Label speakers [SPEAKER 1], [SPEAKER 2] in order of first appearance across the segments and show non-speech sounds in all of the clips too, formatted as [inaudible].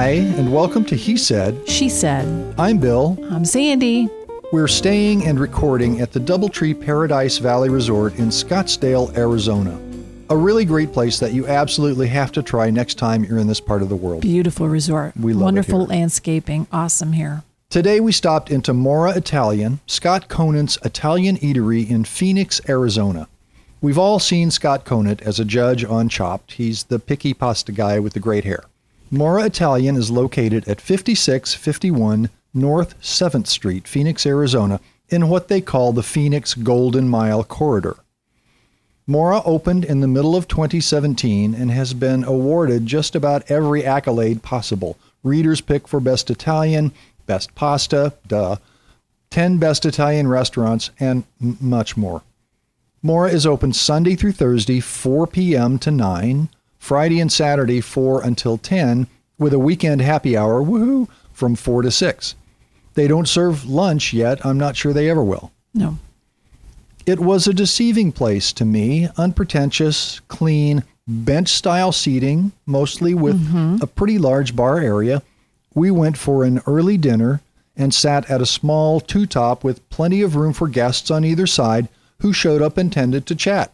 [SPEAKER 1] welcome to He Said.
[SPEAKER 2] She said,
[SPEAKER 1] I'm Bill.
[SPEAKER 2] I'm Sandy.
[SPEAKER 1] We're staying and recording at the Doubletree Paradise Valley Resort in Scottsdale, Arizona. A really great place that you absolutely have to try next time you're in this part of the world.
[SPEAKER 2] Beautiful resort.
[SPEAKER 1] We love it
[SPEAKER 2] Wonderful
[SPEAKER 1] here.
[SPEAKER 2] landscaping. Awesome here.
[SPEAKER 1] Today we stopped into Mora Italian, Scott Conant's Italian eatery in Phoenix, Arizona. We've all seen Scott Conant as a judge on Chopped. He's the picky pasta guy with the great hair. Mora Italian is located at 5651 North 7th Street, Phoenix, Arizona, in what they call the Phoenix Golden Mile Corridor. Mora opened in the middle of 2017 and has been awarded just about every accolade possible. Reader's pick for best Italian, best pasta, duh, 10 best Italian restaurants, and m- much more. Mora is open Sunday through Thursday, 4 p.m. to 9, Friday and Saturday, 4 until 10, with a weekend happy hour, woohoo, from 4 to 6. They don't serve lunch yet. I'm not sure they ever will.
[SPEAKER 2] No.
[SPEAKER 1] It was a deceiving place to me, unpretentious, clean, bench style seating, mostly with a pretty large bar area. We went for an early dinner and sat at a small two top with plenty of room for guests on either side who showed up intended to chat.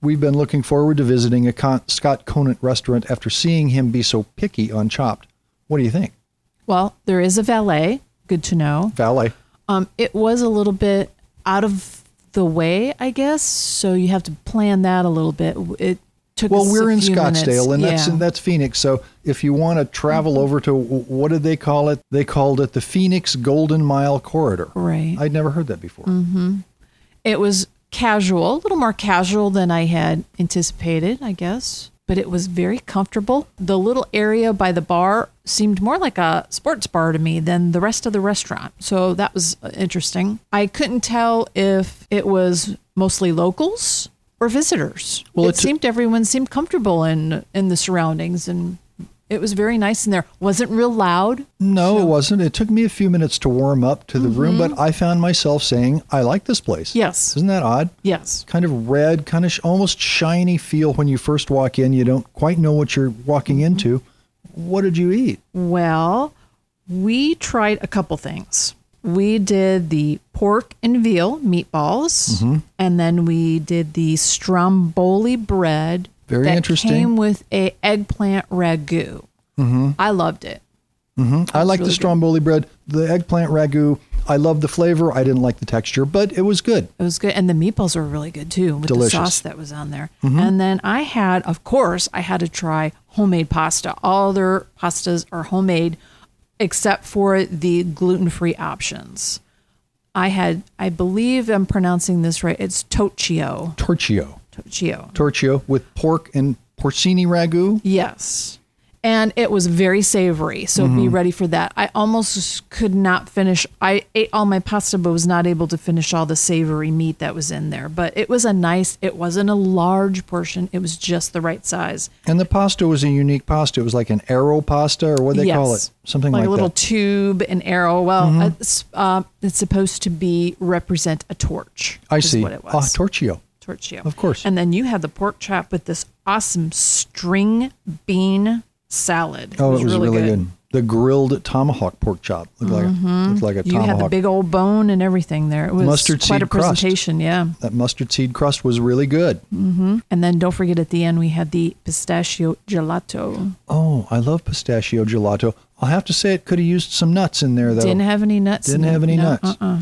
[SPEAKER 1] We've been looking forward to visiting a Con- Scott Conant restaurant after seeing him be so picky on Chopped. What do you think?
[SPEAKER 2] Well, there is a valet. Good to know.
[SPEAKER 1] Valet.
[SPEAKER 2] Um, it was a little bit out of the way, I guess. So you have to plan that a little bit. It took
[SPEAKER 1] Well,
[SPEAKER 2] us a
[SPEAKER 1] we're in
[SPEAKER 2] few minutes.
[SPEAKER 1] Scottsdale, and that's
[SPEAKER 2] Yeah. Mm-hmm.
[SPEAKER 1] and that's Phoenix. So if you want to travel over to what did they call it? They called it the Phoenix Golden Mile Corridor.
[SPEAKER 2] right. Mm-hmm.
[SPEAKER 1] I'd never heard that before.
[SPEAKER 2] it was casual, a little more casual than I had anticipated, I guess. But it was very comfortable. The little area by the bar seemed more like a sports bar to me than the rest of the restaurant. So that was interesting. I couldn't tell if it was mostly locals or visitors.
[SPEAKER 1] Well,
[SPEAKER 2] Well, it
[SPEAKER 1] it's-
[SPEAKER 2] seemed everyone seemed comfortable in in the surroundings and it was very nice in there. Wasn't real loud.
[SPEAKER 1] No, it wasn't. It took me a few minutes to warm up to the room, but
[SPEAKER 2] Mm-hmm.
[SPEAKER 1] I found myself saying, "I like this place."
[SPEAKER 2] Yes.
[SPEAKER 1] Isn't that odd?
[SPEAKER 2] Yes.
[SPEAKER 1] Kind of red, kind of sh- almost shiny feel when you first walk in. You don't quite know what you're walking
[SPEAKER 2] Mm-hmm.
[SPEAKER 1] into. What did you eat?
[SPEAKER 2] Well, we tried a couple things. We did the pork and veal meatballs,
[SPEAKER 1] Mm-hmm.
[SPEAKER 2] and then we did the stromboli bread.
[SPEAKER 1] Very
[SPEAKER 2] that
[SPEAKER 1] interesting. Mm-hmm.
[SPEAKER 2] Came with a eggplant ragu. I loved it.
[SPEAKER 1] I like the stromboli bread, the eggplant ragu. I love the flavor. I didn't like the texture, but it was good.
[SPEAKER 2] It was good, and the meatballs were really good too with
[SPEAKER 1] Delicious.
[SPEAKER 2] the sauce that was on there. And then I had, of course, I had to try homemade pasta. All their pastas are homemade, except for the gluten-free options. I had, I believe I'm pronouncing this right. It's Toccio.
[SPEAKER 1] Torchio.
[SPEAKER 2] Toccio.
[SPEAKER 1] Torchio with pork and porcini ragu.
[SPEAKER 2] Yes. And it was very savory. So
[SPEAKER 1] Mm-hmm.
[SPEAKER 2] be ready for that. I almost could not finish. I ate all my pasta, but was not able to finish all the savory meat that was in there. But it was a nice, it wasn't a large portion. It was just the right size.
[SPEAKER 1] And the pasta was a unique pasta. It was like an arrow pasta or what do they call it?
[SPEAKER 2] Yes.
[SPEAKER 1] Something
[SPEAKER 2] like,
[SPEAKER 1] like,
[SPEAKER 2] a little
[SPEAKER 1] that. Mm-hmm.
[SPEAKER 2] tube, an arrow. Well, it's, uh, it's supposed to be represent a torch.
[SPEAKER 1] I
[SPEAKER 2] is
[SPEAKER 1] see.
[SPEAKER 2] What it was.
[SPEAKER 1] Ah, torchio.
[SPEAKER 2] Torchio.
[SPEAKER 1] Of course.
[SPEAKER 2] And then you had the pork chop with this awesome string bean salad.
[SPEAKER 1] Oh, it was really, good. The grilled tomahawk pork chop. Looked like a, looked like a
[SPEAKER 2] Mm-hmm. You had the
[SPEAKER 1] tomahawk.
[SPEAKER 2] big old bone and everything there. It was
[SPEAKER 1] Mustard
[SPEAKER 2] quite
[SPEAKER 1] seed
[SPEAKER 2] a
[SPEAKER 1] crust.
[SPEAKER 2] presentation, yeah.
[SPEAKER 1] that mustard seed crust was really good.
[SPEAKER 2] And then don't forget at the end we had the pistachio gelato.
[SPEAKER 1] Oh, I love pistachio gelato. I'll have to say it could have used some nuts in there though.
[SPEAKER 2] Didn't have any nuts. in
[SPEAKER 1] Didn't
[SPEAKER 2] it.
[SPEAKER 1] have any
[SPEAKER 2] No,
[SPEAKER 1] nuts.
[SPEAKER 2] Uh-uh.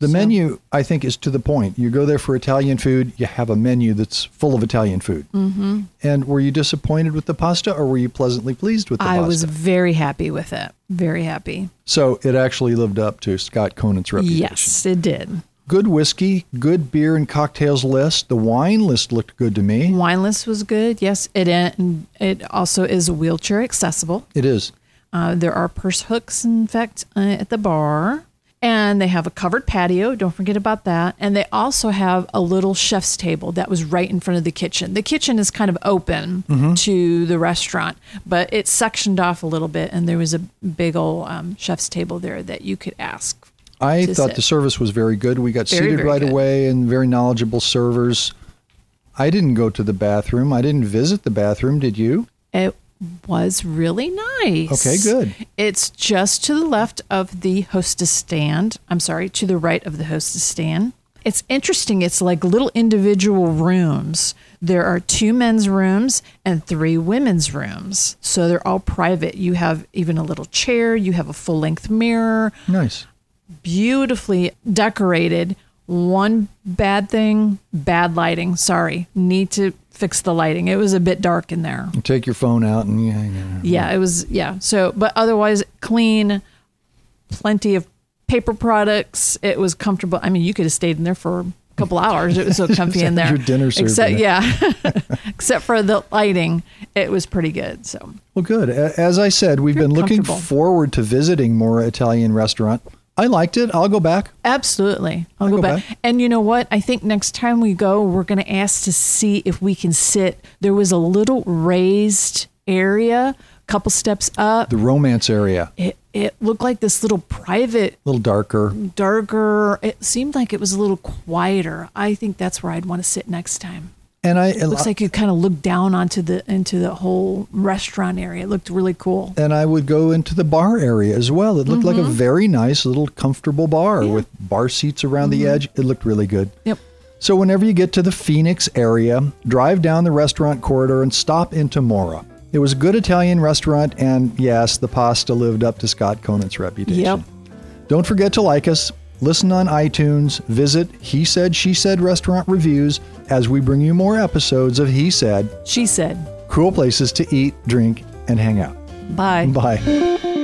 [SPEAKER 1] The menu, I think, is to the point. You go there for Italian food, you have a menu that's full of Italian food. Mm-hmm. And were you disappointed with the pasta or were you pleasantly pleased with the
[SPEAKER 2] I
[SPEAKER 1] pasta?
[SPEAKER 2] was very happy with it. Very happy.
[SPEAKER 1] So it actually lived up to Scott Conant's reputation.
[SPEAKER 2] Yes, it did.
[SPEAKER 1] Good whiskey, good beer and cocktails list. The wine list looked good to me.
[SPEAKER 2] Wine list was good. Yes, it and it also is wheelchair accessible.
[SPEAKER 1] It is.
[SPEAKER 2] Uh, there are purse hooks, in fact, uh, at the bar. And they have a covered patio. Don't forget about that. And they also have a little chef's table that was right in front of the kitchen. The kitchen is kind of open to the restaurant, but it's sectioned off a little bit. And there was a big old um, chef's table there that you could ask.
[SPEAKER 1] I
[SPEAKER 2] To
[SPEAKER 1] thought
[SPEAKER 2] sit.
[SPEAKER 1] the service was very good. We got
[SPEAKER 2] Very,
[SPEAKER 1] seated
[SPEAKER 2] very
[SPEAKER 1] right
[SPEAKER 2] good.
[SPEAKER 1] away and very knowledgeable servers. I didn't go to the bathroom. I didn't visit the bathroom. Did you?
[SPEAKER 2] It was really nice.
[SPEAKER 1] Okay, good.
[SPEAKER 2] It's just to the left of the hostess stand. I'm sorry, to the right of the hostess stand. It's interesting. It's like little individual rooms. There are two men's rooms and three women's rooms. So they're all private. You have even a little chair, you have a full length mirror,
[SPEAKER 1] Nice.
[SPEAKER 2] beautifully decorated. One bad thing, bad lighting. Sorry, need to fix the lighting. It was a bit dark in there.
[SPEAKER 1] You take your phone out and you hang out.
[SPEAKER 2] Yeah, it was. Yeah. So, but otherwise, clean, plenty of paper products. It was comfortable. I mean, you could have stayed in there for a couple hours. It was so comfy in there.
[SPEAKER 1] Your dinner served
[SPEAKER 2] Except,
[SPEAKER 1] in
[SPEAKER 2] yeah. [laughs] Except for the lighting, it was pretty good. So,
[SPEAKER 1] Well, good. A- As I said, we've
[SPEAKER 2] Very
[SPEAKER 1] been looking
[SPEAKER 2] comfortable.
[SPEAKER 1] forward to visiting Mora Italian Restaurant. I liked it. I'll go back.
[SPEAKER 2] absolutely. I'll,
[SPEAKER 1] I'll
[SPEAKER 2] go,
[SPEAKER 1] go
[SPEAKER 2] back.
[SPEAKER 1] back.
[SPEAKER 2] And you know what? I think next time we go, we're going to ask to see if we can sit. There was a little raised area, couple steps up.
[SPEAKER 1] The romance area,
[SPEAKER 2] It, it looked like this little private
[SPEAKER 1] a little darker.
[SPEAKER 2] darker. It seemed like it was a little quieter. I think that's where I'd want to sit next time.
[SPEAKER 1] And I
[SPEAKER 2] It looks like you kind of look down onto the into the whole restaurant area. It looked really cool.
[SPEAKER 1] and I would go into the bar area as well. It looked
[SPEAKER 2] Mm-hmm.
[SPEAKER 1] like a very nice little comfortable bar with bar seats around the
[SPEAKER 2] Mm-hmm.
[SPEAKER 1] edge. It looked really good.
[SPEAKER 2] Yep.
[SPEAKER 1] So whenever you get to the Phoenix area, drive down the restaurant corridor and stop into Mora. It was a good Italian restaurant and yes, the pasta lived up to Scott Conant's reputation.
[SPEAKER 2] Yep.
[SPEAKER 1] Don't forget to like us, listen on iTunes, visit He Said She Said restaurant reviews as we bring you more episodes of He Said,
[SPEAKER 2] She said,
[SPEAKER 1] cool places to eat, drink, and hang out.
[SPEAKER 2] "Bye."
[SPEAKER 1] Bye.